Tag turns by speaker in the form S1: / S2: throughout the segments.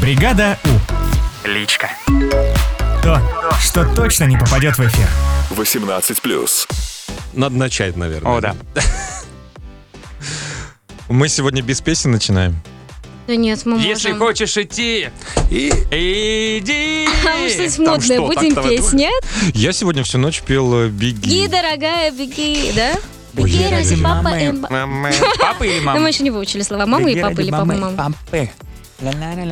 S1: Бригада У. Личка. То, что точно не попадет в эфир.
S2: 18 плюс.
S3: Надо начать, наверное.
S4: О, да.
S3: Мы сегодня без песен начинаем.
S5: Да нет, мы
S4: Если
S5: можем.
S4: хочешь идти,
S3: И
S4: иди.
S5: Там что-нибудь
S3: Там
S5: модное
S3: что,
S5: будем
S3: так-то
S5: петь,
S3: вот-
S5: нет?
S3: я сегодня всю ночь пел э,
S5: Беги,
S3: «Беги».
S5: дорогая, беги, да?
S3: Ой,
S5: Беги,
S3: я
S5: ради
S3: реально.
S5: папа Эмба.
S4: Папа или
S5: Да мы
S4: мама?
S5: еще не выучили слова мамы и папы или папы мамы.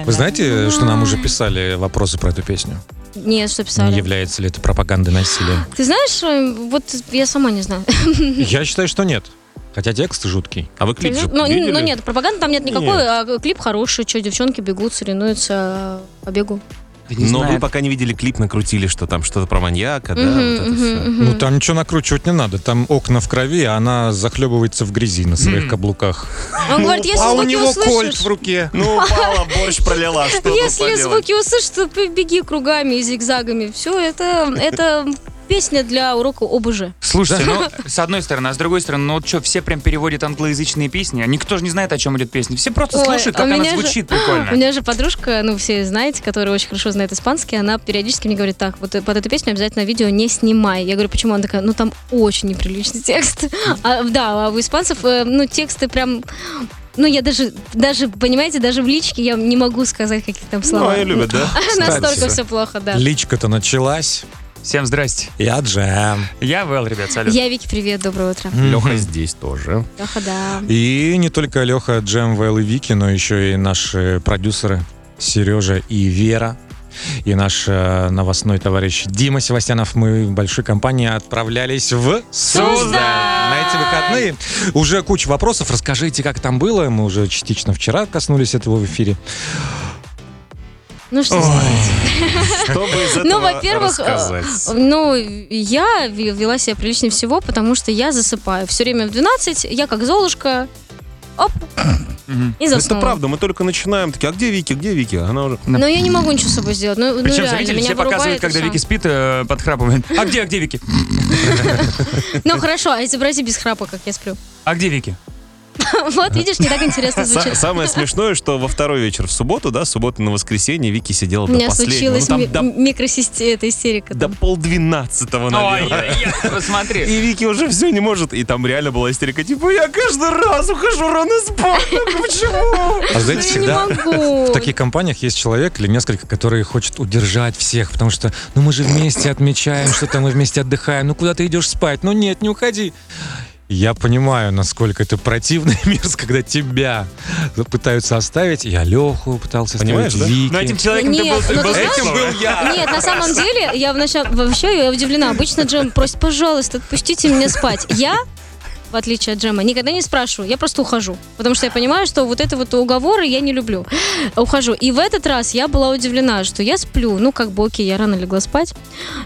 S3: Вы знаете, что нам уже писали вопросы про эту песню?
S5: Нет, что
S3: Не
S5: писали.
S3: является ли это пропагандой насилия?
S5: Ты знаешь, э, вот я сама не знаю.
S3: Я считаю, что нет. Хотя текст жуткий. А вы клип же
S5: Ну,
S3: видели?
S5: ну нет, пропаганды там нет никакой,
S3: Нет.
S5: а клип хороший, что девчонки бегут, соревнуются э, по бегу.
S6: Но
S4: Ну,
S6: вы пока не видели клип, накрутили, что там что-то про маньяка, да,
S5: Мгм,
S6: вот это
S5: мгм,
S6: все.
S5: мгм.
S3: Ну там ничего накручивать не надо. Там окна в крови, а она захлебывается в грязи на своих каблуках.
S5: Он говорит, если
S3: а у
S5: звуки
S3: него кольт
S5: услышишь...
S3: в руке.
S6: Ну, упала, борщ пролила, что тут
S5: Если
S6: поделать?
S5: звуки услышишь, то ты беги кругами и зигзагами. Все, это, это песня для урока ОБЖ.
S4: Слушайте, ну, с одной стороны, а с другой стороны, ну вот что, все прям переводят англоязычные песни, а никто же не знает, о чем идет песня. Все просто
S5: Ой,
S4: слушают,
S5: а
S4: как она
S5: меня же-
S4: звучит
S5: У
S4: прикольно.
S5: меня же подружка, ну все знаете, которая очень хорошо знает испанский, она периодически мне говорит, так, вот э, под эту песню обязательно видео не снимай. Я говорю, почему? Она такая, ну там очень неприличный текст. А, да, а у испанцев, э, ну тексты прям... Ну, я даже, даже, понимаете, даже в личке я не могу сказать какие-то там
S6: Ну,
S5: слова.
S6: они любят, да?
S5: Настолько
S3: Кстати.
S5: все плохо, да.
S3: Личка-то началась.
S4: Всем здрасте.
S3: Я джем.
S4: Я Вэл, ребят, салют.
S5: Я Вики, привет, доброе утро.
S6: Леха здесь тоже.
S5: Леха, да.
S3: И не только Леха, Джем, Вэл и Вики, но еще и наши продюсеры Сережа и Вера. И наш э, новостной товарищ Дима Севастьянов. Мы в большой компании отправлялись в Суздаль на эти выходные. Уже куча вопросов. Расскажите, как там было. Мы уже частично вчера коснулись этого в эфире.
S5: Ну, что сказать.
S6: Что бы из этого
S5: Ну, во-первых, э,
S6: рассказать?
S5: ну, я ве- вела себя приличнее всего, потому что я засыпаю. Все время в 12, я как Золушка, оп,
S4: Мгм.
S5: и
S6: Это
S5: заснула.
S6: правда, мы только начинаем такие, а где Вики, где Вики? Она уже...
S5: Но я не могу ничего с собой сделать. Ну, ну,
S4: Причем,
S5: реально,
S4: заметили,
S5: меня
S4: все показывают,
S5: вырубает и
S4: когда
S5: всё.
S4: Вики спит, э, подхрапывает. А где, а где Вики?
S5: Ну, хорошо, а изобрази без храпа, как я сплю.
S4: А где Вики?
S5: Вот, видишь, не так интересно
S6: Са-
S5: звучит.
S6: Самое смешное, что во второй вечер в субботу, да, с субботы на воскресенье Вики сидела
S5: У
S6: до
S5: меня
S6: последнего. Ну,
S5: случилась
S6: там
S5: ми-
S6: до,
S5: микросисте- эта истерика. Ну,
S6: до
S5: там.
S6: полдвенадцатого,
S4: Ой,
S6: наверное.
S4: я- я- посмотри.
S6: И Вики уже все не может. И там реально была истерика. Типа, я каждый раз ухожу рано спать. Ну Почему?
S3: А знаете,
S5: Я не
S3: всегда
S5: могу.
S3: в таких компаниях есть человек или несколько, которые хочет удержать всех, потому что, ну мы же вместе отмечаем, что-то мы вместе отдыхаем, ну куда ты идешь спать? Ну нет, не уходи. Я понимаю, насколько это противный мерз, когда тебя пытаются оставить. Я Леху пытался
S6: Понимаешь,
S3: оставить,
S6: да? а
S3: Вики.
S4: Но этим человеком ты
S5: Нет,
S4: был... ты
S5: ну, ты
S4: был-
S5: знаешь-
S4: Этим был я.
S5: Нет, на самом деле, я вначале- вообще я удивлена. Обычно Джем просит, пожалуйста, отпустите меня спать. Я в отличие от Джема, никогда не спрашиваю, я просто ухожу. Потому что я понимаю, что вот это вот уговоры я не люблю. Ухожу. И в этот раз я была удивлена, что я сплю, ну как бы окей, я рано легла спать.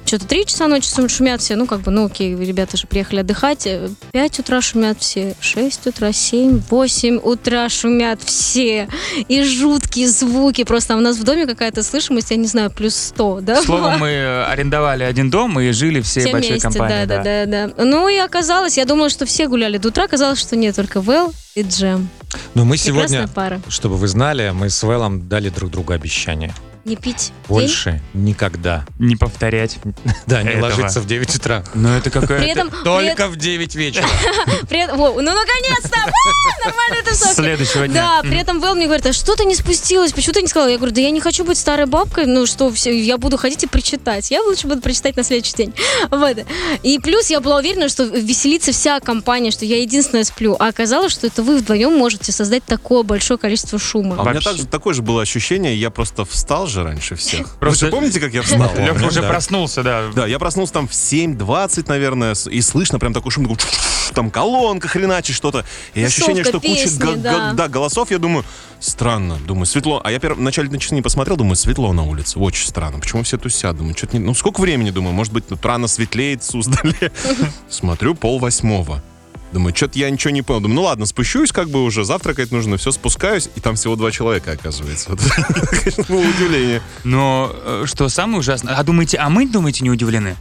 S5: Что-то 3 часа ночи сум- шумят все, ну как бы, ну окей, вы, ребята же приехали отдыхать. 5 утра шумят все, 6 утра, 7, 8 утра шумят все. И жуткие звуки, просто у нас в доме какая-то слышимость, я не знаю, плюс 100, да?
S4: Словом, мы э, арендовали один дом и жили всей
S5: Все
S4: большой
S5: вместе,
S4: компанией.
S5: да, да, да, да. Ну и оказалось, я думала, что все гуляли до утра, оказалось, что нет, только Вэл и Джем.
S3: Но мы
S5: Прекрасная
S3: сегодня,
S5: пара.
S3: чтобы вы знали, мы с Вэлом дали друг другу обещание.
S5: Не пить день.
S3: Больше никогда.
S4: Не повторять.
S3: Да, не
S4: Этого.
S3: ложиться в 9 утра.
S4: Ну это какая-то...
S5: При этом,
S3: Только в 9 вечера.
S5: при, при этом- во, ну наконец-то! А, Нормальная тусовка.
S4: Следующего дня.
S5: Да, при этом Вэл мне говорит, а что ты не спустилась, почему ты не сказала? Я говорю, да я не хочу быть старой бабкой, ну что, все, я буду ходить и прочитать. Я лучше буду прочитать на следующий день. Вот. И плюс я была уверена, что веселится вся компания, что я единственная сплю. А оказалось, что это вы вдвоем можете создать такое большое количество
S6: А
S5: шума.
S6: у меня
S4: Вообще.
S6: также- такое же было ощущение, я просто встал же раньше всех.
S4: Просто-
S6: Вы же помните, как я встал?
S4: Леха
S3: Помню,
S4: уже
S3: да.
S4: проснулся, да.
S6: Да, я проснулся там в 7.20, наверное, с- и слышно прям такой шум, такой там колонка хреначит что-то. И
S5: Тусовка,
S6: ощущение, что куча
S5: песни,
S6: го- го-
S5: да.
S6: да, голосов, я думаю, странно, думаю, светло. А я перв- вначале на часы не посмотрел, думаю, светло на улице, очень странно. Почему все тусят? Думаю, что-то не... Ну, сколько времени, думаю, может быть, тут рано светлеет, Суздале. Смотрю, пол восьмого. Думаю, что-то я ничего не понял. Думаю, ну ладно, спущусь, как бы уже завтракать нужно, все, спускаюсь, и там всего два человека, оказывается. Вот, конечно, было удивление.
S4: Но э, что самое ужасное... А думаете, а мы, думаете, не удивлены?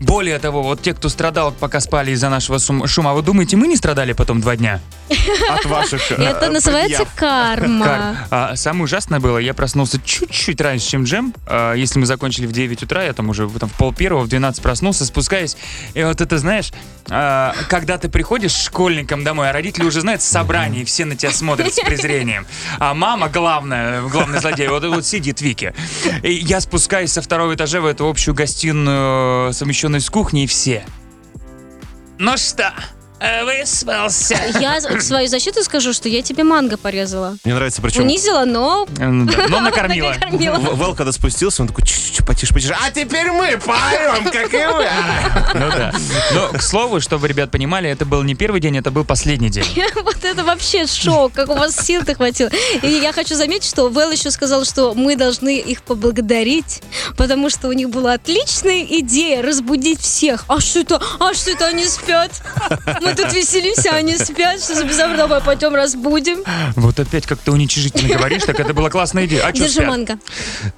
S4: Более того, вот те, кто страдал, пока спали из-за нашего сум- шума, вы думаете, мы не страдали потом два дня?
S6: От ваших... э,
S5: Это называется
S4: Кар,
S5: карма.
S4: а, самое ужасное было, я проснулся чуть-чуть раньше, чем Джем. А, если мы закончили в 9 утра, я там уже там, в пол первого, в 12 проснулся, спускаюсь. И вот это, знаешь, а, когда ты приходишь школьником домой, а родители уже знают собрание, и все на тебя смотрят с презрением. А мама, главная, главный злодей, вот, вот сидит Вики. И я спускаюсь со второго этажа в эту общую гостиную, совмещенную с кухней, и все. Ну что, э, выспался?
S5: Я в свою защиту скажу, что я тебе манго порезала.
S6: Мне нравится, причем...
S5: Унизила, но
S4: М, Ну да, Но накормила.
S5: накормила.
S6: В- Вэл, когда спустился, он такой, «Чш-чш-чш, потише, потише. А теперь мы поем, как и вы. А.
S4: Ну да. Но, к слову, чтобы ребят понимали, это был не первый день, это был последний день.
S5: Вот это вообще шок, как у вас сил-то хватило. И я хочу заметить, что Вэл еще сказал, что мы должны их поблагодарить, потому что у них была отличная идея разбудить всех. А что это? А что это они спят? Мы тут веселимся, а они спят. Что за безобразие? Давай пойдем разбудим.
S4: А Вот опять как ты уничижительно говоришь, так это была классная идея. А чё
S5: Держи
S4: спят?
S5: манго.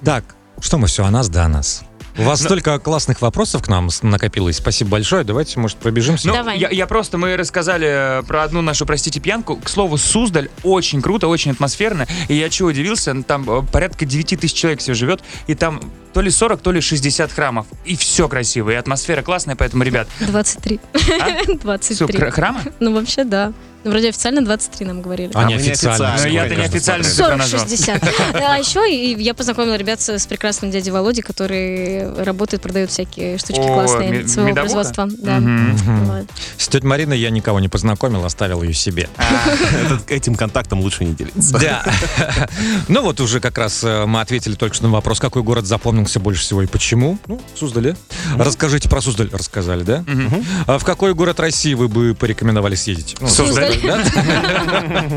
S3: Так, что мы все о нас да о нас. У вас столько классных вопросов к нам с- накопилось. Спасибо большое. Давайте, может, пробежимся. А,
S4: Ну,
S5: Давай.
S4: Я, я просто, мы рассказали э, про одну нашу, простите, пьянку. К слову, Суздаль очень круто, очень атмосферно. И я чего удивился, ну, там э, порядка 9 тысяч человек все живет, и там то ли 40, то ли 60 храмов. И все красиво, и атмосфера классная, поэтому, ребят,
S5: 23.
S4: А?
S5: 23.
S4: супер, храмы?
S5: Ну, вообще, да. Ну, вроде официально 23 нам говорили.
S3: а
S6: А
S3: не
S6: мы неофициально.
S3: официально.
S4: Но
S6: Сколько
S4: я-то
S6: можно
S4: неофициально
S6: смотреть?
S4: тебя назвал.
S5: 40-60. А еще и я познакомила ребят с с прекрасным дядей Володей, который работает, продает всякие штучки
S4: О,
S5: классные
S4: ме-
S5: своего
S4: медовуха?
S5: производства. Да.
S4: Мгм.
S5: Вот.
S3: С тетей Мариной я никого не познакомил, оставил ее себе.
S6: Этот- Этим контактом лучше не делиться.
S3: Да. Ну вот уже как раз э, мы ответили только что на вопрос, какой город запомнился больше всего и почему. Ну, Суздале. Расскажите про Суздаль. Рассказали, да?
S4: Мгм.
S3: А в какой город России вы бы порекомендовали съездить? Ну,
S5: Суздаль.
S3: да?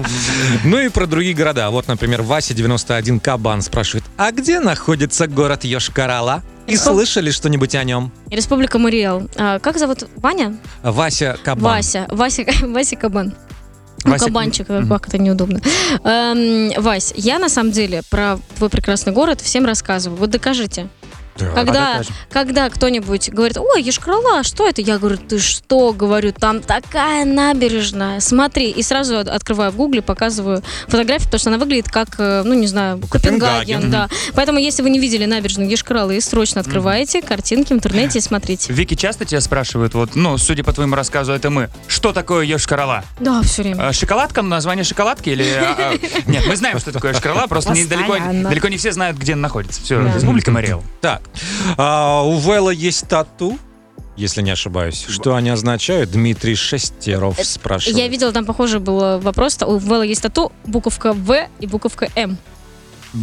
S3: Ну и про другие города. Вот, например, Вася 91 Кабан спрашивает, а где находится город Йошкар-Ола? И слышали что-нибудь о нем?
S5: И Республика Мариэл. А, как зовут Ваня?
S3: Вася Кабан.
S5: Вася. Вася, Вася Кабан. Ну,
S4: Вася-
S5: кабанчик, как это неудобно. Эм, Вась, я на самом деле про твой прекрасный город всем рассказываю. Вот докажите.
S3: Да.
S5: Когда, когда кто-нибудь говорит, ой, Ешкрала, что это? Я говорю, ты что? Говорю, там такая набережная, смотри. И сразу от- открываю в гугле, показываю фотографию, потому что она выглядит как, э, ну, не знаю, Копенгаген.
S3: Копенгаген,
S5: да. Поэтому, если вы не видели набережную Ешкралы, срочно открываете картинки в интернете и смотрите.
S4: Вики часто тебя спрашивают, вот, ну, судя по твоему рассказу, это мы, что такое Йошкар-Ола?
S5: Да, все время.
S4: А, Шоколадка, название шоколадки или... а, а, Нет, мы знаем, что такое шкала, просто не- далеко
S5: Постоянно.
S4: далеко не все знают, где она находится. Все,
S5: Да.
S4: Республика Мариэл.
S3: Так, а, у Вэлла есть тату, если не ошибаюсь. Что они означают? Дмитрий Шестеров спрашивает.
S5: Э, Я видела, там похоже был вопрос, у Вэлла есть тату, буковка В и буковка М.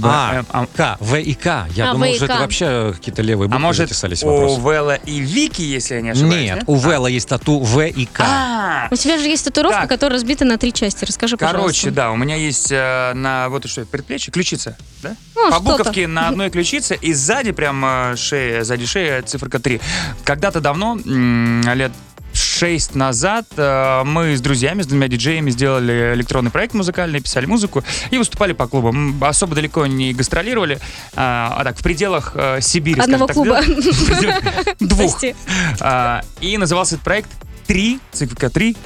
S3: А,
S4: Б- э, а-
S3: К, В и К. Я
S5: А,
S3: думал,
S5: В и
S3: уже это
S5: К.
S3: вообще какие-то левые буквы
S4: А может,
S3: затесались
S4: у
S3: вопросы.
S4: Вэлла и Вики, если я не ошибаюсь?
S3: Нет,
S4: да?
S3: у Вэлла есть тату В и К.
S4: А,
S5: У тебя же есть татуировка,
S4: Так.
S5: которая разбита на три части. Расскажи,
S4: Короче,
S5: пожалуйста.
S4: да, у меня есть э, на вот что предплечье, ключица, да?
S5: Ну,
S4: По
S5: что-то.
S4: буковке на одной ключице и сзади прям э, шея, сзади шея циферка 3. Когда-то давно, м, лет шесть назад, э, мы с друзьями, с двумя диджеями сделали электронный проект музыкальный, писали музыку и выступали по клубам. М, Особо далеко не гастролировали, э, а так, в пределах э, Сибири. скажем
S5: Одного
S4: так,
S5: клуба.
S4: Двух.
S5: Прости.
S4: А, И назывался этот проект 3, циферка 3,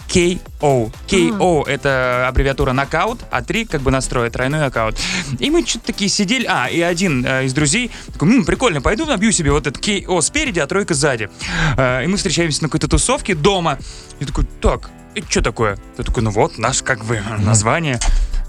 S4: KO. KO — это аббревиатура нокаут, а 3 как бы настрой, тройной нокаут. И мы что-то такие сидели, а, и один э, из друзей такой, «М, прикольно, пойду набью себе вот этот KO спереди, а тройка сзади. Э, И мы встречаемся на какой-то тусовке дома. И такой, так, это что такое? Я такой, ну вот, наш как бы название.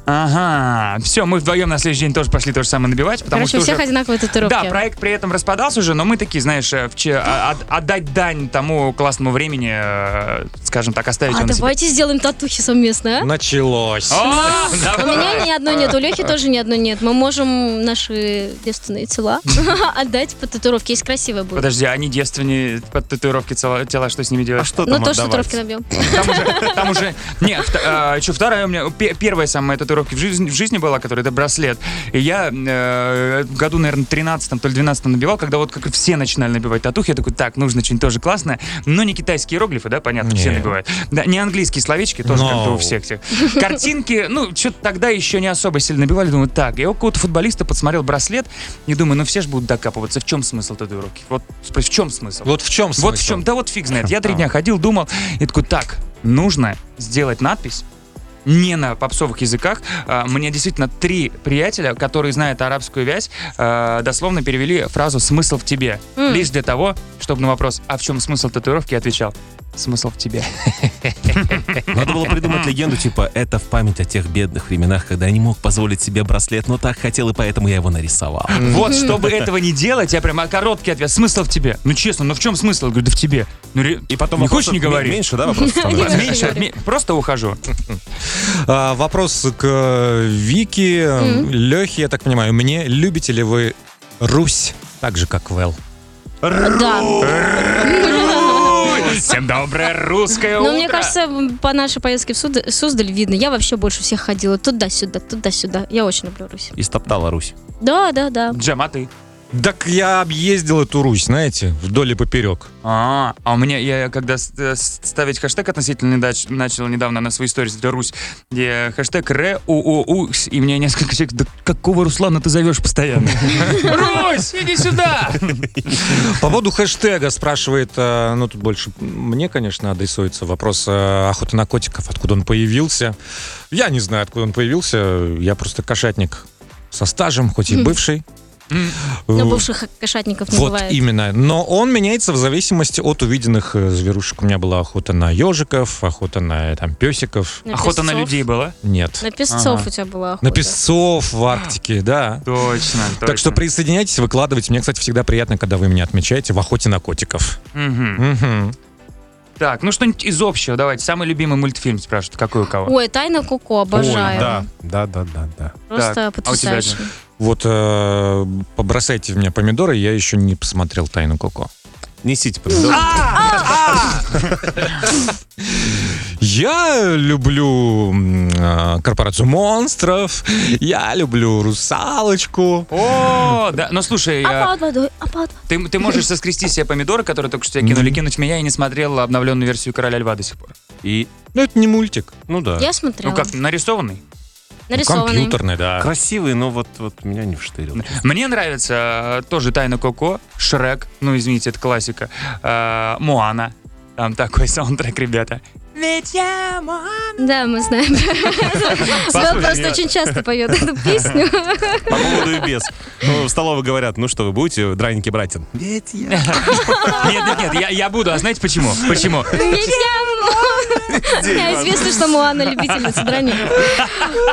S4: Ага, все, мы вдвоем на следующий день тоже пошли то же самое набивать, потому
S5: Короче, у
S4: что
S5: всех
S4: уже...
S5: одинаковые татуировки.
S4: Да, проект при этом распадался уже, но мы такие, знаешь, э, в че- а- от- отдать дань тому классному времени, э, скажем так, оставить
S5: А
S4: его на себе.
S5: давайте сделаем татухи совместно, а?
S3: Началось.
S4: А,
S5: У
S4: давай.
S5: меня ни одной нет, у Лехи тоже ни одной нет. Мы можем наши девственные тела отдать по татуировке, если красиво будет.
S4: Подожди, а они девственные под татуировки цела- тела, что с ними
S6: А
S4: делаешь?
S6: что
S5: Ну,
S6: там
S5: тоже
S6: отдавать?
S5: татуировки набьем.
S4: а, Там уже, там уже, нет, что вторая у меня, пе- первая самая татуировка татуировки в жизни, в жизни была, которая это браслет. И я э, в году, наверное, 13 то ли 12 набивал, когда вот как и все начинали набивать татухи, я такой, так, нужно что-нибудь тоже классное, но не китайские иероглифы, да, понятно, все
S3: Не.
S4: набивают. Да, не английские словечки, тоже
S3: No.
S4: как-то у всех тех. Картинки, ну, что-то тогда еще не особо сильно набивали, думаю, так, я у какого-то футболиста подсмотрел браслет и думаю, ну все же будут докапываться, в чем смысл татуировки? Вот спр- в чем смысл?
S3: Вот в чем смысл?
S4: Вот в чем, да вот фиг знает. Я три дня ходил, думал, и такой, так, нужно сделать надпись, не на попсовых языках. А, Мне действительно три приятеля, которые знают арабскую вязь, э, дословно перевели фразу «смысл в тебе».
S5: М.
S4: Лишь для того, чтобы на вопрос «а в чем смысл татуировки?» я отвечал «смысл в тебе».
S7: Надо было придумать легенду, типа, это в память о тех бедных временах, когда я не мог позволить себе браслет, но так хотел, и поэтому я его нарисовал.
S4: Вот, чтобы этого не делать, я прям а, короткий ответ «смысл в тебе». Ну честно, ну в чем смысл? Я говорю, да в тебе. Ну, ре-
S6: И потом
S4: не
S6: вопросов
S4: хочешь, не
S6: ме-
S4: говори.
S6: Меньше, да, вопросов становится?
S5: Меньше
S4: Меньше,
S5: говори.
S4: ме- просто ухожу.
S3: А, вопрос к э, Вике, Лехе, я так понимаю. Мне любите ли вы Русь так же, как Вэл?
S5: Да.
S4: Всем доброе русское
S5: Но Ну, мне
S4: утро.
S5: кажется, по нашей поездке в Сузда- Суздаль видно, я вообще больше всех ходила туда-сюда, туда-сюда. Я очень люблю Русь.
S7: И стоптала Русь.
S5: Да, да, да.
S4: Джем, а ты?
S3: Так я объездил эту Русь, знаете, вдоль и поперек.
S4: А, а у меня, я когда с- э, с- ставить хэштег относительно дач- начал недавно на свои сторис для Русь, где хэштег РУУУКС, и мне несколько человек, да какого Руслана ты зовешь постоянно? Русь, иди сюда!
S3: По поводу хэштега спрашивает, э, ну тут больше мне, конечно, адресуется вопрос э, охоты на котиков, откуда он появился. Я не знаю, откуда он появился, я просто кошатник со стажем, хоть и бывший.
S5: Но
S3: Э,
S4: Ну,
S5: бывших кошатников не
S3: вот
S5: бывает.
S3: именно. Но он меняется в зависимости от увиденных э, зверушек. У меня была охота на ежиков, охота на э, там песиков.
S5: На
S4: Охота на
S5: песцов.
S4: людей была?
S3: Нет.
S5: На песцов
S4: Ага.
S5: у тебя была охота.
S3: На песцов в Арктике, да.
S4: Точно, точно.
S3: Так что присоединяйтесь, выкладывайте. Мне, кстати, всегда приятно, когда вы меня отмечаете в охоте на котиков.
S4: Мгм.
S3: Мгм.
S4: Так, ну что-нибудь из общего, давайте. Самый любимый мультфильм спрашивают, какой у кого?
S5: Ой, тайна Коко, обожаю.
S6: Да, да, да, да, да.
S5: Просто
S4: Так, а у тебя
S5: потрясающе.
S3: Вот э, побросайте в меня помидоры, я еще не посмотрел «Тайну Коко».
S6: Несите помидоры.
S5: А!
S3: Я люблю м, э, корпорацию монстров, я люблю русалочку.
S4: О, да, ну слушай,
S5: А
S4: э,
S5: под водой, а под водой.
S4: ты, ты можешь соскрести себе помидоры, которые только что тебе кинули, кинуть в меня, и не смотрел обновленную версию «Короля льва» до сих пор.
S6: И,
S3: Ну, это не мультик.
S6: ну да.
S5: Я смотрела.
S4: Ну как, нарисованный?
S5: Нарисованный.
S3: Компьютерный, да.
S6: Красивый, но вот, вот меня не вштырил.
S4: Мне нравится э, тоже Тайна Коко, Шрек, ну извините, это классика, э, Моана. Там такой саундтрек, ребята. Ведь я Моана.
S5: Да, мы знаем. Сбел
S4: Послушай,
S5: просто
S4: я-
S5: очень часто поет эту песню.
S6: По поводу и без. Ну, в столовой говорят, ну что, вы будете драники братин?
S4: Нет, нет, нет, я, я буду, а знаете почему? Почему?
S5: Ведь я- Я известно, что Муана любительница драников.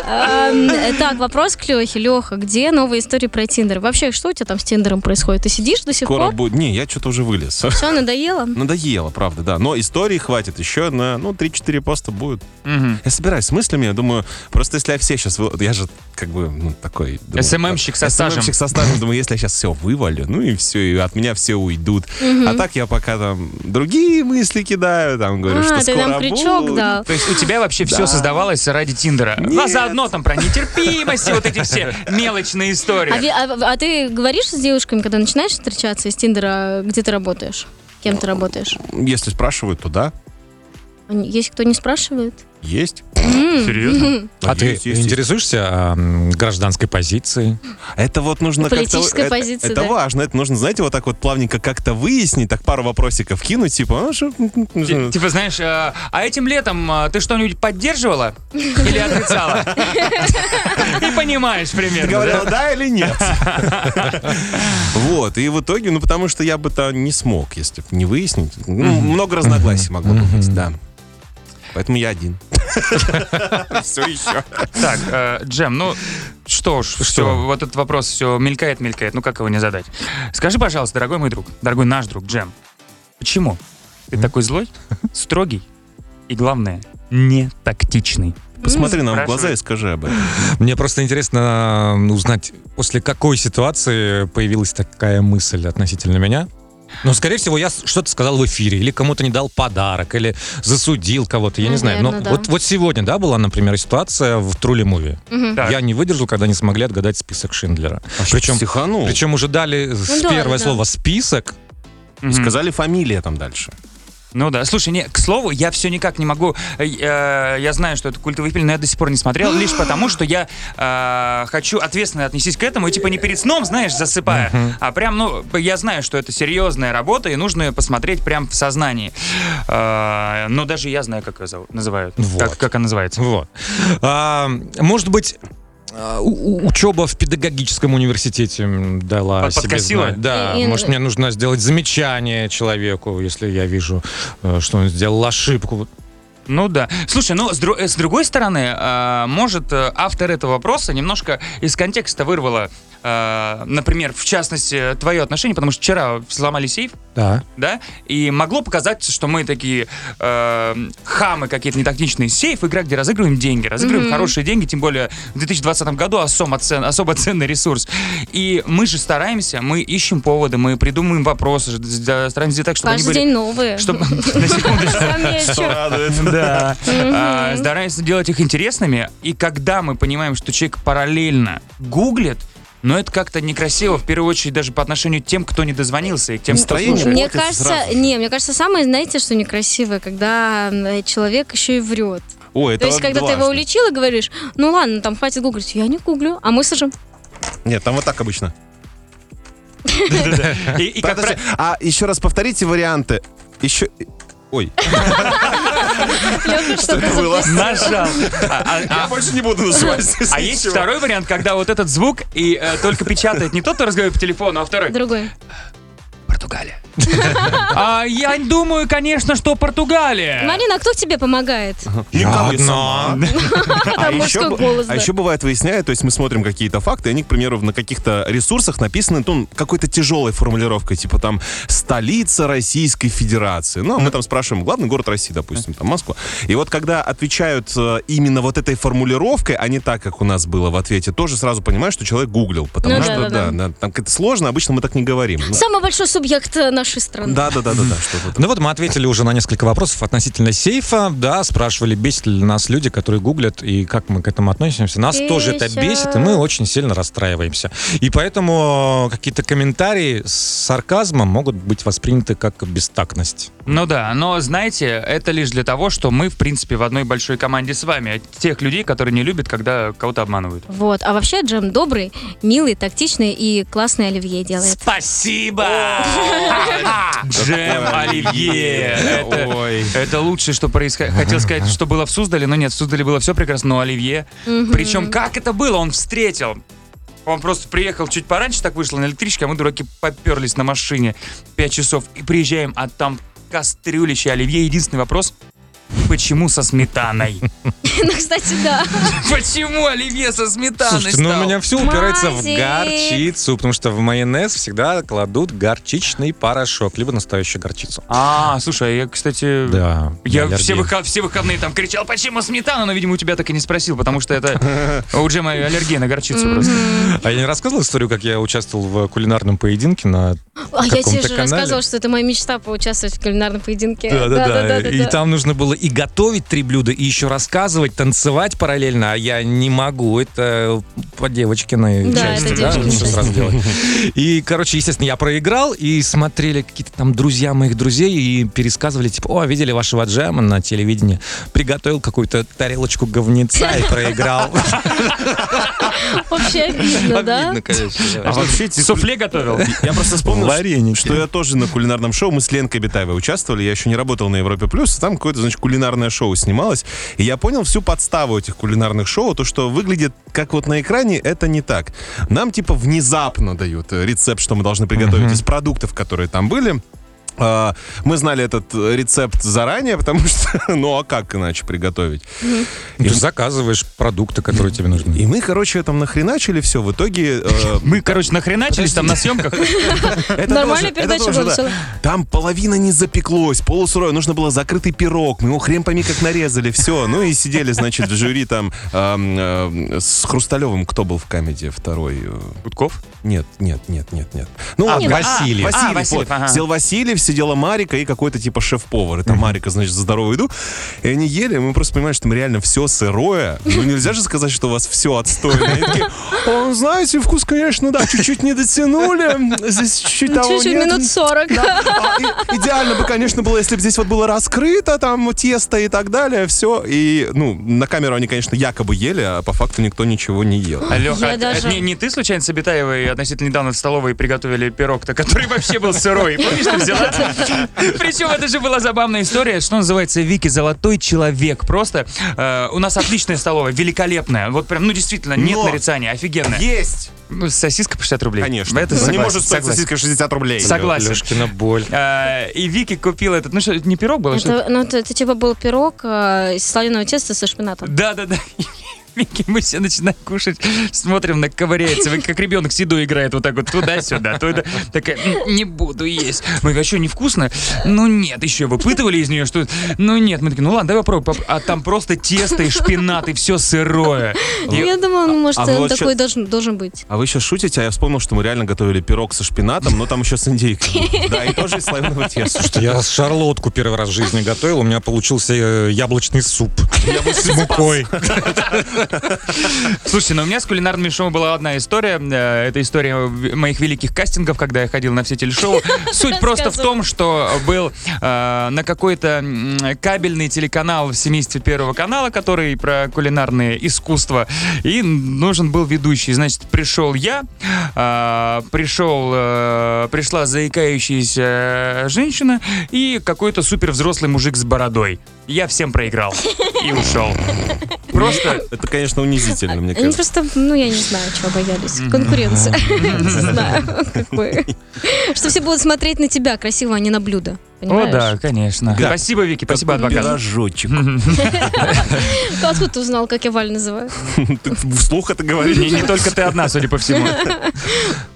S5: Эм, Так, вопрос к Лехе. Леха, где новая история про Тиндер? Вообще, что у тебя там с Тиндером происходит? Ты сидишь до сих
S6: Скоро
S5: пор?
S6: будет. Не, я что-то уже вылез.
S5: Все, надоело?
S6: Надоело, правда, да. Но истории хватит еще на, ну, 3-4 поста будет.
S4: Мгм.
S6: Я собираюсь с мыслями, я думаю, просто если я все сейчас... Я же как бы, ну, такой... думаю,
S4: SMM-щик со
S6: так,
S4: стажем.
S6: SMM-щик со стажем. Думаю, если я сейчас все вывалю, ну и все, и от меня все уйдут. А так я пока там другие мысли кидаю, там говорю, что
S5: А, ты
S6: скоро
S5: нам крючок
S6: буду.
S5: дал.
S4: То есть у тебя вообще все создавалось ради Тиндера. Ну, а заодно там про нетерпимость и вот эти все мелочные истории.
S5: А, ви- а- а ты говоришь с девушками, когда начинаешь встречаться из Тиндера, где ты работаешь? Кем ты работаешь?
S6: Если спрашивают, то да,
S5: Они- Есть кто не спрашивает?
S6: есть.
S4: Серьезно?
S3: А ты
S6: Есть, есть, есть.
S3: интересуешься эм, гражданской позицией?
S6: Это вот нужно
S5: Ну,
S6: как-то...
S5: политическая
S6: это-
S5: позиция,
S6: Это
S5: да.
S6: важно, это нужно, знаете, вот так вот плавненько как-то выяснить, так пару вопросиков кинуть, типа... а, что-
S4: Ти- Типа, знаешь, э, а этим летом э, ты что-нибудь поддерживала или отрицала? Ты понимаешь примерно. да?
S6: говорила да или нет. Вот, и в итоге, ну, потому что я бы-то не смог, если б не выяснить. Ну, много разногласий могло бы быть, да. Поэтому я один. Все еще.
S4: Так, э, Джем, ну что ж, все, вот этот вопрос все мелькает, мелькает. Ну как его не задать? Скажи, пожалуйста, дорогой мой друг, дорогой наш друг Джем, почему ты такой злой, строгий и, главное, не тактичный?
S6: Посмотри нам в
S4: Спрашивай.
S6: глаза и скажи об этом.
S3: Мне просто интересно узнать, после какой ситуации появилась такая мысль относительно меня. Но, скорее всего, я с- что-то сказал в эфире, или кому-то не дал подарок, или засудил кого-то, я не знаю. Но
S5: Наверно, да.
S3: вот, вот сегодня, да, была, например, ситуация в Трули Муви.
S4: Так.
S3: Я не выдержал, когда не смогли отгадать список Шиндлера. причем,
S6: Стиханул.
S3: причем уже дали с
S5: Ну да,
S3: первое
S5: да.
S3: слово «список».
S4: Мгм.
S6: Сказали фамилия там дальше.
S4: Ну да, слушай, не, к слову, я все никак не могу. э, э, я знаю, что это культовый фильм, но я до сих пор не смотрел, лишь потому, что я э, хочу ответственно отнестись к этому, и типа не перед сном, знаешь, засыпая, а прям, ну, я знаю, что это серьезная работа, и нужно ее посмотреть прям в сознании. Э, но даже я знаю, как ее зовут, называют.
S3: Вот.
S4: Как, как она называется.
S3: Вот. А, может быть, а, у- у- учеба в педагогическом университете м, дала
S4: Под-
S3: себе
S4: подкосила?
S3: знать. Да,
S5: И- и-
S3: может, мне нужно сделать замечание человеку, если я вижу, э, что он сделал ошибку.
S4: Ну да. Слушай, ну с, дру- э, с другой стороны, э, может, э, автор этого вопроса немножко из контекста вырвало, э, например, в частности, твое отношение, потому что вчера взломали сейф.
S3: Да.
S4: да, и могло показаться, что мы такие э, хамы какие-то нетактичные. Сейф игра, где разыгрываем деньги, разыгрываем
S5: Мгм.
S4: хорошие деньги, тем более в 2020 году особо, цен- особо ценный ресурс. И мы же стараемся, мы ищем поводы, мы придумываем вопросы, ж- да, стараемся сделать так, чтобы
S5: Каждый
S4: они были...
S5: день новые.
S4: Чтобы... На секундочку.
S5: Замечу.
S4: Да.
S5: Мгм.
S4: А, Стараемся делать их интересными, и когда мы понимаем, что человек параллельно гуглит, но это как-то некрасиво, в первую очередь, даже по отношению к тем, кто не дозвонился, и к тем, кто
S6: Настроение
S4: слушает.
S5: Мне
S6: портится
S5: кажется,
S6: сразу же.
S5: не, мне кажется, самое, знаете, что некрасивое, когда м, человек еще и врет.
S6: О, это
S5: То есть, когда ты его
S6: важно.
S5: уличил и говоришь, ну ладно, там хватит гуглить, я не гуглю, а мы сажем.
S6: Нет, там вот так обычно.
S4: И- и как
S6: Подожди, А еще раз повторите варианты. Еще... Ой,
S5: Лёха что-то
S6: это было?
S5: запустил.
S4: Нажал. А, а-
S6: я больше не буду называть.
S4: а есть второй вариант, когда вот этот звук и э, только печатает не тот, кто разговаривает по телефону, а второй.
S5: Другой.
S4: Португалия. А, я думаю, конечно, что
S3: Э.
S4: Португалия.
S5: Марина, а кто тебе помогает?
S6: Никому не
S3: одна.
S6: сама. А
S5: Там
S6: еще,
S5: мужской
S6: бу-
S5: голос.
S6: а
S5: да.
S6: еще бывает выясняет, то есть мы смотрим какие-то факты, и они, к примеру, на каких-то ресурсах написаны ну, какой-то тяжелой формулировкой, типа там «столица Российской Федерации». Ну, а мы там спрашиваем главный город России, допустим, там Москва. И вот когда отвечают э, именно вот этой формулировкой, а не так, как у нас было в ответе, тоже сразу понимаешь, что человек гуглил, потому
S5: Ну да,
S6: что,
S5: да, да.
S6: да, там это сложно, обычно мы так не говорим. Ну,
S5: Самый большой субъект э, нашей страны.
S6: Да-да-да-да-да, что-то
S3: Ну вот мы ответили уже на несколько вопросов относительно сейфа. Да, спрашивали, бесит ли нас люди, которые гуглят, и как мы к этому относимся. Нас тоже это
S5: Бесят.
S3: бесит, и мы очень сильно расстраиваемся. И поэтому э, какие-то комментарии с сарказмом могут быть восприняты как бестактность.
S4: Ну да, но знаете, это лишь для того, что мы, в принципе, в одной большой команде с вами. От Тех людей, которые не любят, когда кого-то обманывают.
S5: Вот. А вообще Джем добрый, милый, тактичный и классный оливье делает.
S4: Спасибо! Джем Оливье! Это-
S6: Ой.
S4: Это лучшее, что происходило. Хотел сказать, что было в Суздале, но нет, в Суздале было все прекрасно, но Оливье. Причем как это было? Он встретил. Он просто приехал чуть пораньше, так вышло на электричке, а мы, дураки, поперлись на машине 5 часов и приезжаем, а там кастрюлище Оливье. Единственный вопрос, почему со сметаной?
S5: Ну, кстати, да.
S4: Почему Оливье со сметаной
S3: Слушайте, ну у
S4: стал?
S3: меня все упирается в
S5: Мазик.
S3: горчицу, потому что в майонез всегда кладут горчичный порошок, либо настоящую горчицу.
S4: А, слушай, а я, кстати...
S3: Да.
S4: Я
S3: аллергия.
S4: все, выха- все выходные там кричал, почему сметана? Но, видимо, у тебя так и не спросил, потому что это у Джема аллергия на горчицу просто.
S3: А я не рассказывал историю, как я участвовал в кулинарном поединке на
S5: А я тебе
S3: каком-то
S5: же
S3: канале.
S5: рассказывала, что это моя мечта поучаствовать в кулинарном поединке.
S3: Да, да, да.
S5: Да-да-да-да-да.
S3: И там нужно было и готовить три блюда, и еще рассказывать, танцевать параллельно, а я не могу. Это по девочкиной
S5: Да,
S3: части,
S5: это
S3: да,
S5: девочкина
S3: лучше
S5: часть.
S3: сразу делать. И, короче, естественно, я проиграл, и смотрели какие-то там друзья моих друзей и пересказывали, типа, о, видели вашего джема на телевидении, приготовил какую-то тарелочку говнеца и проиграл.
S5: Вообще обидно, Ну да?
S3: Обидно, конечно.
S4: А вообще суфле готовил?
S6: Я просто вспомнил,
S3: Вареники.
S6: что я тоже на кулинарном шоу. Мы с Ленкой Бетаевой участвовали. Я еще не работал на Европе Плюс. Там какое-то, значит, кулинарное шоу снималось. И я понял всю подставу этих кулинарных шоу. То, что выглядит как вот на экране, это не так. Нам, типа, внезапно дают э, рецепт, что мы должны приготовить из продуктов, которые там были. А, Мы знали этот э, рецепт заранее, потому что, ну а как иначе приготовить?
S3: Ты заказываешь продукты, которые тебе
S6: И
S3: нужны.
S6: мы, короче, там нахреначили все. В итоге... э,
S4: Мы, короче, нахреначились там на съемках.
S6: это
S5: Нормальная
S6: тоже- это
S5: передача
S6: тоже,
S5: была
S6: да.
S5: целая.
S6: Там половина не запеклось, полусырое. Нужно было закрытый пирог. Мы его хрен пойми как нарезали. Все. Ну и сидели, значит, в жюри там эм, эм, с Хрусталевым. Кто был в камеди второй? э,
S4: Гудков?
S6: Нет, нет, нет, нет, нет. Ну
S4: А,
S6: ладно.
S4: нет.
S3: Василий.
S4: А,
S6: Васильев,
S4: Васильев,
S6: вот.
S4: ага.
S6: Сидел Васильев, сидела Марика и какой-то типа шеф-повар. И там Марика, значит, за здоровую еду. И они ели, и мы просто понимаем, что там реально все сырое. Ну нельзя же сказать, что у вас все отстойное. И такие, «О, знаете, вкус, конечно, да, чуть-чуть не дотянули. Здесь чуть-чуть того
S5: Ну, Чуть-чуть
S6: нет».
S5: минут 40.
S6: Да. А, и- идеально бы, конечно, было, если бы здесь вот было раскрыто, там тесто и так далее, все. И, ну, на камеру они, конечно, якобы ели, а по факту никто ничего не ел.
S4: Леха,
S5: Я даже-
S4: не, не ты случайно с Обитаевой относительно недавно в столовой приготовили пирог-то, который вообще был сырой. Помнишь, ты взяла? Причем это же была забавная история, что называется Вики Золотой Человек. Просто э, у нас отличная столовая, великолепная. Вот прям, ну действительно, нет
S6: Но-
S4: нарицания, офигенная.
S6: Есть!
S4: Ну, Сосиска по 60 рублей.
S6: Конечно.
S4: Это
S6: не
S4: согласен,
S6: может стоить
S4: согласен.
S6: сосиска 60 рублей.
S4: Согласен.
S3: Лешкина боль.
S4: А, И Вики купила этот, ну что, не пирог был? а что это?
S5: Это, ну, это, это типа был пирог э, из слоеного теста со шпинатом.
S4: Да, да, да. Вики, мы все начинаем кушать, смотрим, на ковыряется, Вы как ребенок с едой играет вот так вот туда-сюда, туда. Такая, «М, не буду есть. Мы говорим, а что, невкусно? Ну нет, еще выпытывали из нее, что ну нет. Мы такие, ну ладно, давай попробуем. Поп- А там просто тесто и шпинат, и все сырое.
S5: Ну, Я думаю, он, может,
S6: а
S5: он
S6: вот
S5: такой
S6: щас-
S5: должен, должен быть.
S6: А вы сейчас шутите, а я вспомнил, что мы реально готовили пирог со шпинатом, но там еще с индейкой. было. Да, и тоже из слоеного теста.
S3: Я шарлотку первый раз в жизни готовил, у меня получился э, яблочный суп с мукой.
S4: Слушайте, ну у меня с кулинарными шоу была одна история. Э, Это история в- моих великих кастингов, когда я ходил на все телешоу. Суть просто в том, что был э, на какой-то м, кабельный телеканал в семействе Первого канала, который про кулинарное искусство, и нужен был ведущий. Значит, пришел я, э, пришел, э, пришла заикающаяся женщина и какой-то супер взрослый мужик с бородой. Я всем проиграл и ушел. Просто
S6: Это, конечно, унизительно, мне
S5: Они
S6: кажется.
S5: просто, ну, я не знаю, чего боялись. Конкуренция. Не знаю, какой. Что все будут смотреть на тебя красиво, а не на блюдо.
S4: О,
S5: Понимаешь?
S4: да, конечно.
S6: Да.
S4: Спасибо, Вики, спасибо, адвокат.
S6: Пирожочек.
S5: А Откуда ты узнал, как я Валь называю?
S6: Ты вслух это
S4: Не,
S6: говоришь?
S4: не только ты одна, судя по всему.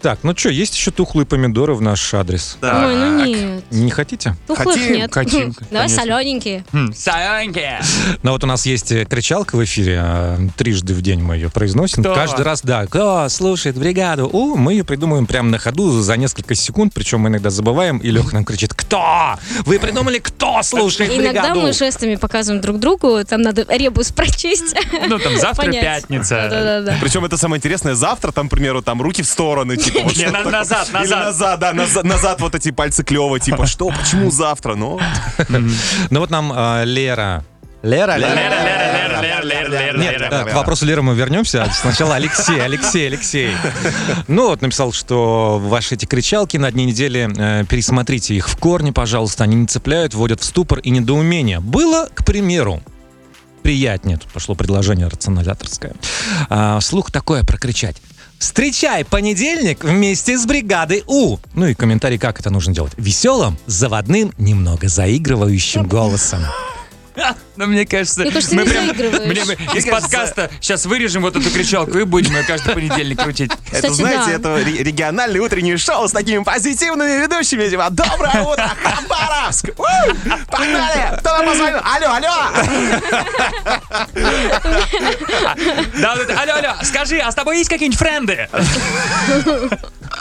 S3: Так, ну что, есть еще тухлые помидоры в наш адрес?
S6: Да.
S5: Ой, ну нет.
S3: Не хотите?
S5: Тухлых
S6: Хотим,
S5: нет.
S4: хотим,
S5: Давай
S4: конечно.
S5: солененькие.
S4: М, Санька!
S3: Ну вот у нас есть э, кричалка в эфире, а, трижды в день мы ее произносим.
S4: Да.
S3: Каждый раз, да, кто слушает бригаду, у, мы ее придумываем прямо на ходу за несколько секунд, причем мы иногда забываем, и Леха нам кричит, кто? Вы придумали, кто слушает
S5: Иногда
S3: бригаду?
S5: мы жестами показываем друг другу, там надо ребус прочесть.
S4: Ну, там завтра
S5: Понять.
S4: пятница.
S5: Да-да-да.
S6: Причем это самое интересное, завтра там, к примеру, там руки в стороны, типа, вот
S4: Не,
S6: что-то
S4: на-
S6: такое.
S4: назад,
S6: Или
S4: назад.
S6: назад, да, назад, назад вот эти пальцы клево, типа, что, почему завтра, но...
S3: Ну вот нам а, Лера... Лера,
S4: Лера, Лера, Лера, Лера, Лера, Лера,
S3: Нет,
S4: Лера.
S3: да, к вопросу Леры мы вернемся. а Сначала Алексей, Алексей, Алексей. Ну вот написал, что ваши эти кричалки на дне недели, э, пересмотрите их в корне, пожалуйста. Они не цепляют, вводят в ступор и недоумение. Было, к примеру, приятнее, тут пошло предложение рационализаторское, а, вслух такое прокричать. Встречай понедельник вместе с бригадой У. Ну и комментарий, как это нужно делать. Веселым, заводным, немного заигрывающим голосом.
S4: Ну, мне кажется,
S5: Мне кажется,
S4: мы
S5: ты
S4: прям...
S5: заигрываешь.
S4: мне бы Из подкаста сейчас вырежем вот эту кричалку и будем ее каждый понедельник крутить.
S5: Кстати,
S6: это, знаете,
S5: да.
S6: это ре- региональное утреннее шоу с такими позитивными ведущими, типа «Доброе утро, Хабаровск! Уу! Погнали! Кто нам позвонил? Алло, алло!»
S4: Да, вот это, алло, алло, скажи, а с тобой есть какие-нибудь френды?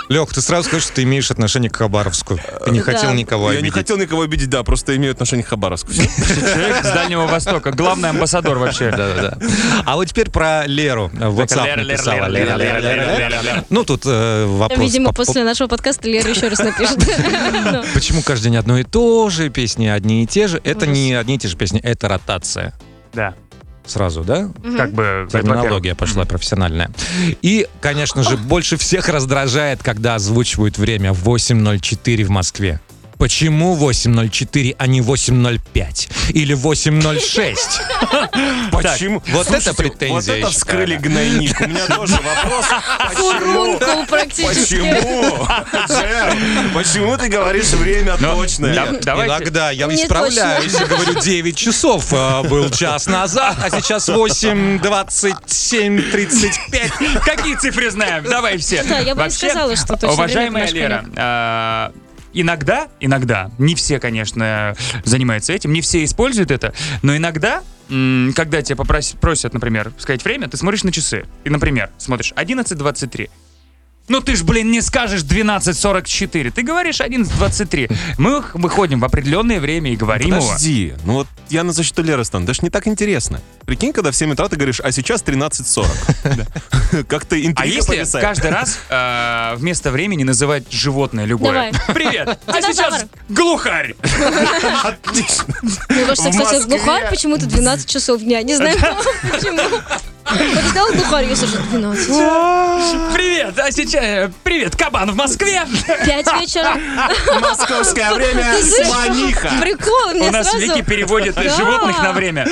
S3: Лех, ты сразу скажешь, что ты имеешь отношение к Хабаровску. Ты не
S5: Да.
S3: хотел никого
S6: Я не
S3: обидеть.
S6: хотел никого обидеть, да, просто имею отношение к Хабаровску. Всё.
S4: Человек с Дальнего Востока, главный амбассадор вообще.
S3: Да-да-да. А вот теперь про Леру. В WhatsApp написала Лера, Лера, Лера, Лера. Ну, тут э, вопрос.
S5: Видимо,
S3: по- по-
S5: после нашего подкаста Лера еще раз напишет. Ну,
S3: Почему каждый день одно и то же, песни одни и те же? Это
S5: Ужас.
S3: не одни и те же песни, это ротация.
S4: Да,
S3: Сразу, да?
S4: как бы... это во-первых.
S3: Терминология пошла профессиональная. И, конечно же, больше всех раздражает, когда озвучивают время 8.04 в Москве. Почему 8.04, а не 8.05? Или 8.06?
S6: Почему?
S3: вот это
S6: Слушайте,
S3: претензия,
S6: Вот
S3: я
S6: это вскрыли гнойник. У меня тоже вопрос. Почему?
S5: Фурункул практически.
S6: Почему? Джем, Почему ты говоришь время точное?
S4: Да- давайте-
S3: Иногда я
S5: Не
S3: исправляюсь и говорю 9 часов. а, был час назад, а сейчас 8, 27, 35.
S4: Какие цифры знаем? Давай все.
S5: Да, я бы не
S4: Вообще,
S5: сказала, что точно
S4: Уважаемая
S5: время это
S4: Лера,
S5: наш
S4: а, иногда, иногда, не все, конечно, занимаются этим, не все используют это, но иногда м, когда тебя попросят, просят, например, сказать время, ты смотришь на часы. И, например, смотришь 11.23. Ну ты ж, блин, не скажешь 12.44. Ты говоришь 11.23. Мы выходим в определенное время и говорим его.
S6: Подожди, ну вот я на защиту Леры стану. Даже не так интересно. Прикинь, когда в 7 утра ты говоришь, а сейчас 13.40. Как-то
S4: А
S6: интрига
S4: если
S6: повисает.
S4: каждый раз э, вместо времени называть животное любое?
S5: Давай. Типа
S4: Привет! А
S5: Динозавр.
S4: сейчас глухарь!
S6: Отлично.
S5: Мне кажется,
S6: В
S5: кстати,
S6: Москве.
S5: глухарь почему-то 12 часов дня. Не знаю, почему. Подождал глухарь, я сижу 12.
S4: Привет! А сейчас... э, Привет, кабан в Москве!
S5: 5 вечера.
S6: Московское А время
S5: Ты слышишь?
S6: слониха.
S5: Прикол,
S4: У
S5: мне
S4: нас
S5: сразу...
S4: Вики переводит
S5: Да.
S4: животных на время.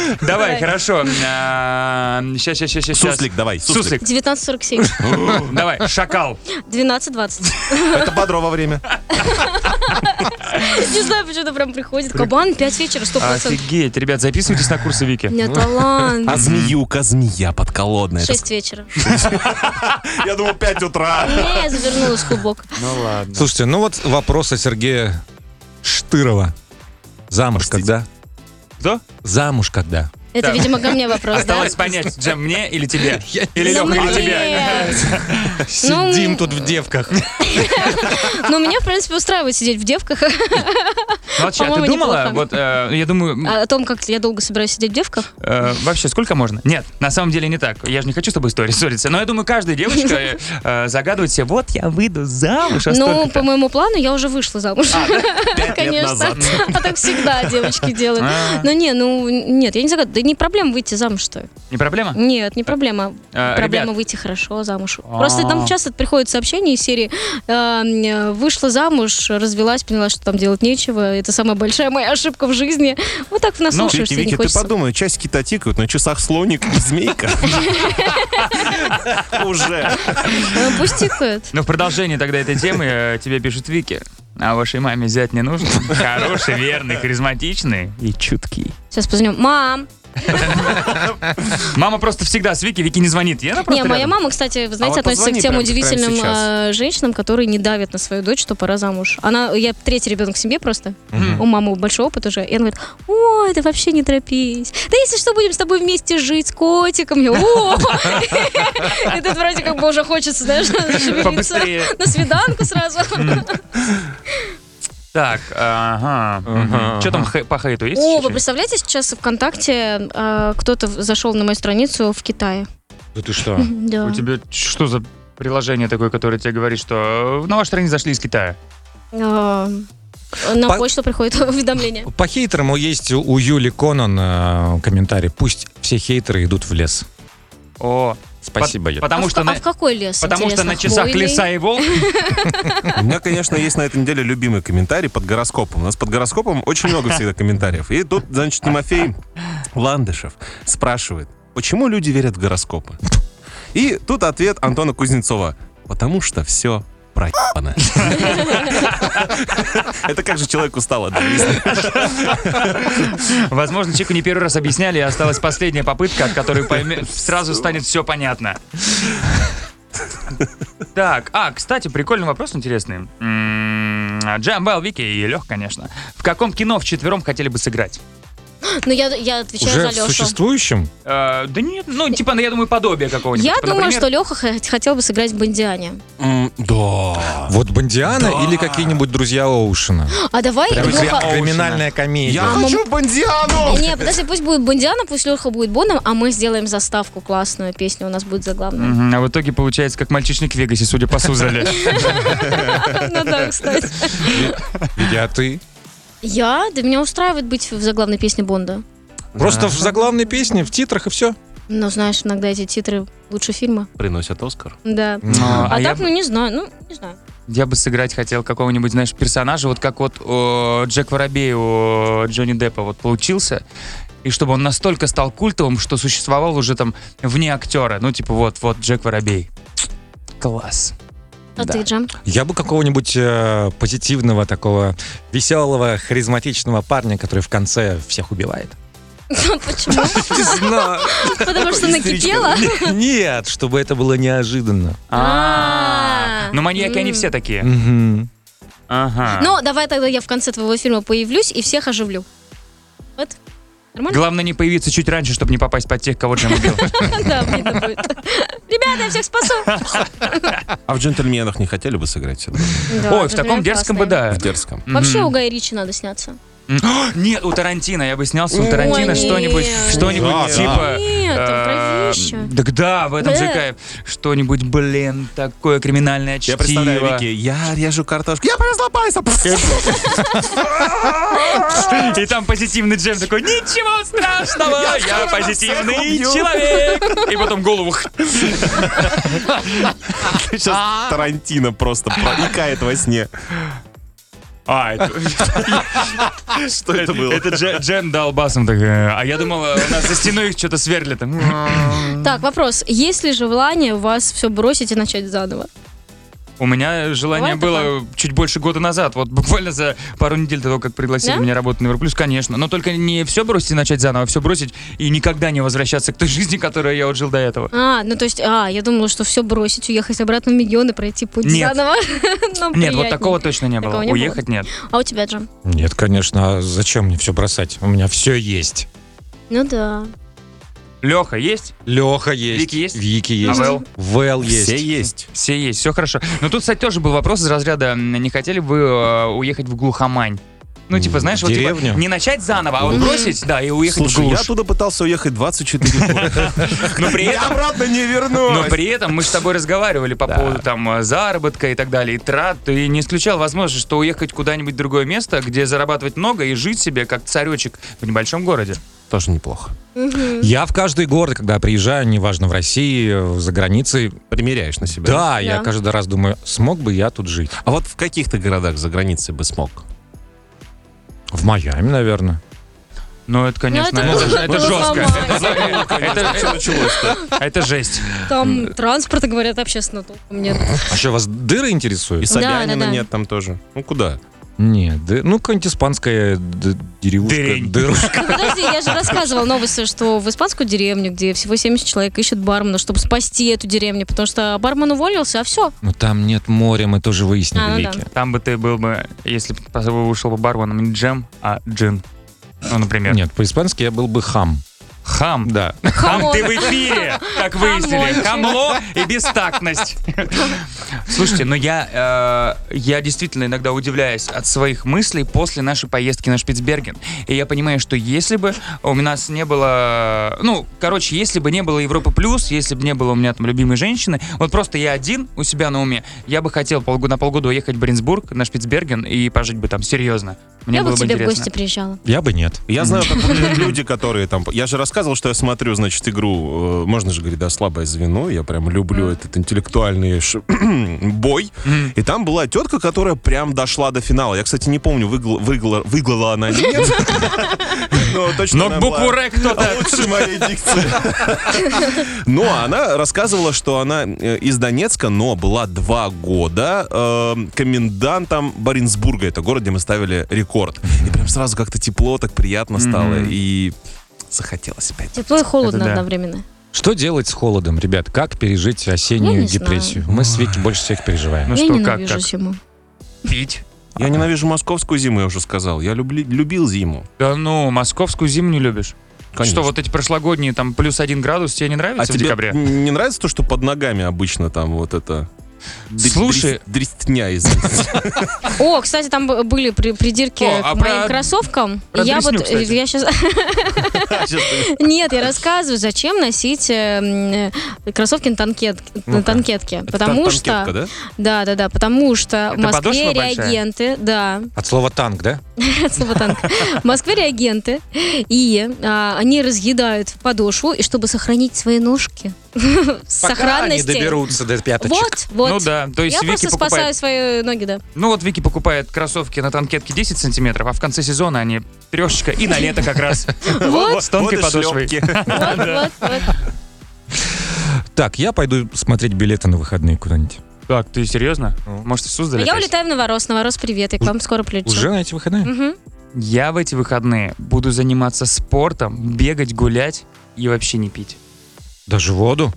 S5: Давай.
S4: Давай, хорошо. Э, Сейчас, сейчас, сейчас, сейчас.
S6: Суслик, давай,
S4: Суслик,
S6: суслик.
S5: 19.47.
S4: давай, шакал.
S5: 12.20.
S6: Это бодрого время.
S5: Не знаю, почему-то прям приходит. Кабан, 5 вечера, 100%.
S4: Офигеть, ребят, записывайтесь на курсы
S5: У
S4: Вики.
S5: меня талант.
S7: А змеюка, змея подколодная. Это
S5: 6 вечера.
S6: Я думал, 5 утра.
S5: Не, я завернулась в клубок.
S4: Ну ладно.
S3: Слушайте, ну вот вопрос о Сергея Штырова. Замуж когда?
S4: Кто?
S3: Замуж когда?
S5: Это,
S4: Да.
S5: видимо, ко мне вопрос, да?
S4: Осталось понять, Джем, мне или тебе? Или
S5: Ну,
S4: Леха, или тебе?
S5: мне. Ну,
S3: Сидим тут в девках.
S5: Ну, меня, в принципе, устраивает сидеть в девках.
S4: Молчи, а ты
S5: По-моему,
S4: думала?
S5: неплохо.
S4: Вот, э, я думаю,
S5: А О том, как я долго собираюсь сидеть в девках.
S4: Э, вообще, сколько можно? Нет, на самом деле не так. Я же не хочу с тобой истории ссориться. Но я думаю, каждая девочка э, э, загадывает себе, вот я выйду замуж, а
S5: Но
S4: столько-то».
S5: Ну, по моему плану я уже вышла замуж.
S6: А,
S5: Конечно.
S6: назад.
S5: А так всегда девочки делают.
S4: А.
S5: Ну не, ну нет, я не загадываю. Да не проблема выйти замуж, что ли.
S4: Не проблема?
S5: Нет, не проблема.
S6: А,
S4: Э,
S5: Проблема
S4: ребят.
S5: выйти хорошо замуж.
S4: А.
S5: Просто там часто приходят сообщения из серии э, м, «Вышла замуж, развелась, поняла, что там делать нечего. Это самая большая моя ошибка в жизни». Вот так
S6: Ну,
S5: наслушаешься, и
S6: Вики,
S5: не
S6: Вики, ты
S5: хочется.
S6: подумай, часики-то тикают, на часах слоник и змейка. Уже.
S5: Э, Пусть тикают.
S4: Ну, в продолжении тогда этой темы э, тебе пишут Вики. А вашей маме взять не нужно. Хороший, верный, харизматичный и чуткий.
S5: Сейчас позвоним. Мам!
S4: Мама просто всегда с Вики. Вики не звонит. Я
S5: Не, моя мама, кстати, вы знаете,
S6: вот
S5: относится к
S6: позвони
S5: тем
S6: прямо-
S5: удивительным
S6: прямо сейчас.
S5: э, женщинам, которые не давят на свою дочь, что пора замуж. Она, я третий ребенок в семье просто. У мамы большой опыт уже. И она говорит, ой, ты вообще не торопись. Да если что, будем с тобой вместе жить с котиком. Я, «О!» И тут вроде как бы уже хочется, знаешь, шевелиться.
S4: Побыстрее.
S5: На свиданку сразу.
S4: Так, ага. Что там хэ- по хейту
S5: О,
S4: есть? ещё
S5: вы
S4: что-нибудь?
S5: представляете, сейчас ВКонтакте э, кто-то в- зашел на мою страницу в Китае.
S3: Да ты что?
S5: Да.
S4: У тебя что за приложение такое, которое тебе говорит, что э, на вашу страницу зашли из Китая?
S5: Э, На
S3: По-
S5: почту приходит уведомление.
S3: По хейтерам есть у Юли Конон э, комментарий. Пусть все хейтеры идут в лес.
S4: О,
S3: Спасибо,
S4: пот-
S3: Юля.
S4: Потому
S5: а, в,
S4: что
S5: ка-
S4: на-
S5: а в какой лес?
S4: Потому что
S5: интересно?
S4: на часах
S5: Хвойный?
S4: леса и волк.
S6: У меня, конечно, есть на этой неделе любимый комментарий под гороскопом. У нас под гороскопом очень много всегда комментариев. И тут, значит, Тимофей Ландышев спрашивает, почему люди верят в гороскопы? И тут ответ Антона Кузнецова. Потому что все проебано. Это как же человек устал от жизни.
S4: Возможно, человеку не первый раз объясняли, и осталась последняя попытка, от которой пойме- сразу станет все понятно. Так, а, кстати, прикольный вопрос интересный. М, Джамбал, Вики и Лех, конечно. В каком кино вчетвером хотели бы сыграть?
S5: Ну, я, я отвечаю
S3: Уже
S5: за
S3: в
S5: Лешу.
S3: существующем?
S4: Э, да нет, ну, типа, я думаю, подобие какого-нибудь.
S5: Я
S4: Типа,
S5: думаю,
S4: например,
S5: что Леха хотел бы сыграть в Бондиане.
S6: М, Да.
S3: Вот Бондиана или какие-нибудь друзья Оушена?
S5: А давай
S3: Прям
S5: Леха...
S3: криминальная комедия.
S6: Я хочу Бондиану!
S5: Не, подожди, пусть будет Бондиана, пусть Леха будет Боном, а мы сделаем заставку классную, песню у нас будет заглавная.
S4: Мгм, А в итоге получается, как мальчишник в Вегасе, судя по Сузале.
S5: Ну да, кстати.
S3: Я ты.
S5: Я? Да меня устраивает быть в заглавной песне Бонда.
S3: Просто в заглавной песне, в титрах и все.
S5: Но знаешь, иногда эти титры лучше фильма.
S6: Приносят Оскар.
S5: Да.
S4: Но,
S5: А
S4: я
S5: так, ну не знаю, ну не знаю.
S4: Я бы сыграть хотел какого-нибудь, знаешь, персонажа, вот как вот э, Джек Воробей у Джонни Деппа вот получился. И чтобы он настолько стал культовым, что существовал уже там вне актера. Ну, типа, вот, вот Джек Воробей. Класс.
S5: А ты, Джем?
S3: Я бы какого-нибудь э, позитивного, такого веселого, харизматичного парня, который в конце всех убивает.
S5: Почему?
S3: Не знаю.
S5: Потому что накипело.
S3: Нет, чтобы это было неожиданно.
S5: А.
S4: Ну, маньяки, они
S5: М.
S4: все такие.
S3: Мгм.
S4: Ага.
S5: Ну, давай тогда я в конце твоего фильма появлюсь и всех оживлю. Вот. Нормально?
S4: Главное не появиться чуть раньше, чтобы не попасть под тех, кого Джем убил.
S5: Да, обидно будет. Ребята, я всех спасу.
S7: А в «Джентльменах» не хотели бы сыграть?
S4: Ой, в таком дерзком бы, да.
S7: В дерзком.
S5: Вообще у Гая Ричи надо сняться.
S4: Нет, у Тарантино, я бы снялся у Тарантино
S5: нет.
S4: что-нибудь, что-нибудь
S6: Да, да.
S4: типа...
S5: Нет, там
S4: э,
S5: кровища.
S4: Так да, в этом же
S5: Да.
S4: кайф. Что-нибудь, блин, такое криминальное чтиво.
S7: Я представляю, Вики, я режу картошку, я повезла Пайса.
S4: И там позитивный джем такой, ничего страшного, я, позитивный человек. И потом голову. х-
S6: Сейчас Тарантино просто проникает во сне.
S4: А, это,
S6: Что это было?
S4: это Дже- джем дал басом. Так, э, а я думала, у нас за стеной их что-то сверлит.
S5: Так, вопрос. Есть ли желание вас все бросить и начать заново?
S4: У меня желание
S5: Бывает
S4: было чуть больше года назад. Вот буквально за пару недель до того, как пригласили
S5: Да?
S4: меня работать на Европлюс, конечно. Но только не все бросить и начать заново, а все бросить и никогда не возвращаться к той жизни, которую я вот жил до этого.
S5: А, ну то есть, а, я думала, что все бросить, уехать обратно в миллион и пройти путь
S4: Нет.
S5: заново. Нам
S4: Нет, вот
S5: приятнее.
S4: такого точно не было.
S5: Такого не
S4: Уехать нет.
S5: А у тебя, Джон?
S3: Нет, конечно, а зачем мне все бросать? У меня все есть.
S5: Ну да.
S4: Леха есть?
S3: Леха есть.
S4: Вики есть?
S3: Вики есть.
S4: А Вэл?
S3: Вэл есть.
S7: Все есть.
S4: Все есть, все хорошо. Но тут, кстати, тоже был вопрос из разряда, м, не хотели бы вы э, уехать в глухомань? Ну, типа, знаешь, вот типа,
S3: деревню?
S4: не начать заново, а вот бросить, да, и уехать в
S6: Угу. Слушай, я
S4: глушь.
S6: оттуда пытался уехать 24 года.
S4: Но при
S6: Я
S4: этом...
S6: обратно не вернусь.
S4: Но при этом мы с тобой разговаривали по поводу там э, заработка и так далее, и трат. Ты не исключал возможность, что уехать куда-нибудь в другое место, где зарабатывать много и жить себе как царечек в небольшом городе.
S7: Тоже неплохо.
S3: Я в каждый город, когда приезжаю, неважно, в России, э, за границей,
S7: Примеряешь на себя.
S3: да, я
S5: Да.
S3: каждый раз думаю, смог бы я тут жить?
S7: А вот в каких-то городах за границей бы смог?
S3: В Майами, наверное.
S4: Ну, это, конечно,
S5: это
S4: это,
S5: было-
S4: это
S5: было
S4: жестко.
S5: нормально.
S4: Это- Это это жесть.
S5: Там транспорта, говорят, общественно толком нет.
S3: А что, вас дыры
S7: И
S3: интересуют?
S7: Собянина
S5: да, да.
S7: нет там тоже. Ну куда?
S3: Нет, ды- ну какая-нибудь испанская д- деревушка.
S4: Дырень.
S3: дырушка.
S5: Ну, Подожди, я же рассказывала новости, что в испанскую деревню, где всего 70 человек, ищут бармена, чтобы спасти эту деревню, потому что бармен уволился, а все.
S3: Ну там нет моря, мы тоже выяснили,
S5: А, ну да.
S3: Вики.
S4: Там бы ты был бы, если бы по- вышел бы барменом не джем, а джин. Ну, например.
S3: Нет, по-испански я был бы хам.
S4: Хам.
S3: Да.
S4: Хам ты в эфире, как выяснили.
S5: Хамончик.
S4: Хамло и бестактность. Слушайте, но я, э, я действительно иногда удивляюсь от своих мыслей после нашей поездки на Шпицберген. И я понимаю, что если бы у нас не было... Ну, короче, если бы не было Европы Плюс, если бы не было у меня там любимой женщины, вот просто я один у себя на уме, я бы хотел полгода, на полгода уехать в Бринсбург, на Шпицберген и пожить бы там серьезно. Мне
S5: Я бы
S4: было
S5: к
S4: бы
S5: тебе в
S4: интересно.
S5: гости приезжала.
S3: Я бы нет.
S6: Я знаю, как выглядят люди, которые там... Я же рассказывал, что я смотрю, значит, игру... э, Можно же говорить, да, слабое звено. Я прям люблю этот интеллектуальный ш- бой.
S4: Мгм.
S6: И там была тетка, которая прям дошла до финала. Я, кстати, не помню, выгла- выгла- выглала она или нет. Но точно
S4: Но
S6: она
S4: букву
S6: была-
S4: Р кто-то...
S6: Лучше моей дикции. Но она рассказывала, что она э, из Донецка, но была два года э, комендантом Баренцбурга. Это город, где мы ставили рекорд. И прям сразу как-то тепло, так приятно стало.
S4: Мгм.
S6: И захотелось опять.
S5: Тепло и холодно
S4: Это да.
S5: одновременно.
S3: Что делать с холодом, ребят? Как пережить
S5: Я
S3: осеннюю
S5: не знаю.
S3: депрессию? Мы с Вики больше всех переживаем.
S4: Ну
S5: я
S4: что, как,
S5: ненавижу
S4: как?
S5: зиму.
S4: Пить.
S6: Я ненавижу московскую зиму, я уже сказал. Я любли- любил зиму.
S4: Да ну, московскую зиму не любишь.
S6: Конечно.
S4: Что, вот эти прошлогодние, там, плюс один градус, тебе не
S6: а
S4: нравится в
S6: тебе
S4: декабре?
S6: н- не нравится то, что под ногами обычно там вот это... др-
S4: Слушай-
S6: дрис- Дрестня, извините.
S5: О, кстати, там б- были при- придирки
S4: О, а
S5: к моим
S4: про-
S5: кроссовкам.
S4: про
S5: я
S4: дресню,
S5: вот, э,
S4: кстати.
S5: я сейчас... Нет, я рассказываю, зачем носить э, м, кроссовки на танкет-
S4: Ну
S5: на танкетке. Потому
S6: Тан-
S5: что...
S6: танкетка, да?
S5: Да, да, да, потому что в
S4: Это
S5: Москве
S4: подошва большая?
S5: реагенты, да,
S3: От слова танк, да?
S5: от слова танк. В Москве реагенты, и а, они разъедают подошву, и чтобы сохранить свои ножки, с
S3: Пока они
S5: сохранностью.
S3: доберутся до пяточек.
S5: Вот, вот.
S4: Ну да, то есть
S5: Я
S4: Вики
S5: просто спасаю
S4: покупает-
S5: свои ноги, да.
S4: Ну вот Вики покупает кроссовки на танкетке 10 сантиметров, а в конце сезона они трешечка и на лето как раз.
S5: Вот,
S4: С тонкой
S6: и
S4: подошвой.
S5: вот, вот, вот.
S3: Так, я пойду смотреть билеты на выходные куда-нибудь.
S4: Так, ты серьезно?
S3: Ну.
S4: Может, в Суздаль?
S5: Я
S4: опять?
S5: улетаю в Новорос. Новорос, привет. Я к вам скоро прилечу.
S3: Уже на эти выходные?
S5: Мгм.
S4: Я в эти выходные буду заниматься спортом, бегать, гулять и вообще не пить.
S3: Даже воду.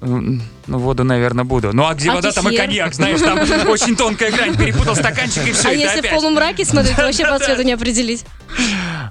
S4: М, Ну, воду, наверное, буду. Ну, а где
S5: А
S4: вода, там и
S5: кефир?
S4: коньяк, знаешь, там очень тонкая грань. Перепутал стаканчик и все,
S5: А
S4: и ты
S5: если в
S4: опять.
S5: полумраке смотреть, то вообще по цвету не определить.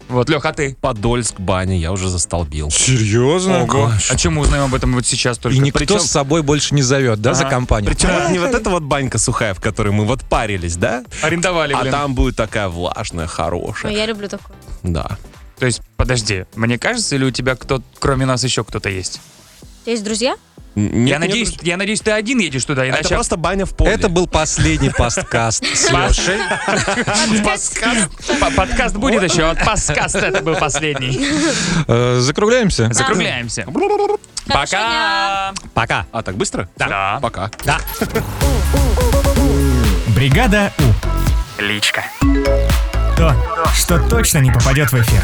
S4: Вот, Лех, а ты?
S7: Подольск баня, я уже застолбил.
S3: Серьезно?
S4: А чем мы узнаем об этом вот сейчас только?
S3: И никто
S4: Причем-
S3: с собой больше не зовет, да, за
S4: Ага.
S3: компанию?
S7: Причем это не вот эта вот банька сухая, в которой мы вот парились, да?
S4: арендовали,
S7: А
S4: блин.
S7: там будет такая влажная,
S5: Ну,
S7: хорошая.
S5: я люблю такое.
S7: Да.
S4: То есть, подожди, мне кажется, или у тебя кто, кроме нас, еще кто-то есть?
S5: У тебя есть друзья?
S4: я надеюсь, я надеюсь, ты один едешь
S3: А
S4: туда,
S7: Это
S4: иначе
S7: просто баня в поле.
S3: Это был последний подкаст с
S4: Пас-
S3: Лешей.
S4: П- подкаст будет еще, а вот подкаст это был последний.
S3: Э, Закругляемся?
S4: Закругляемся.
S5: Хорошего
S4: Пока.
S5: дня.
S3: Пока.
S7: А так быстро?
S4: Да.
S7: Пока.
S1: Бригада У. Личка. То, что точно не попадет в эфир.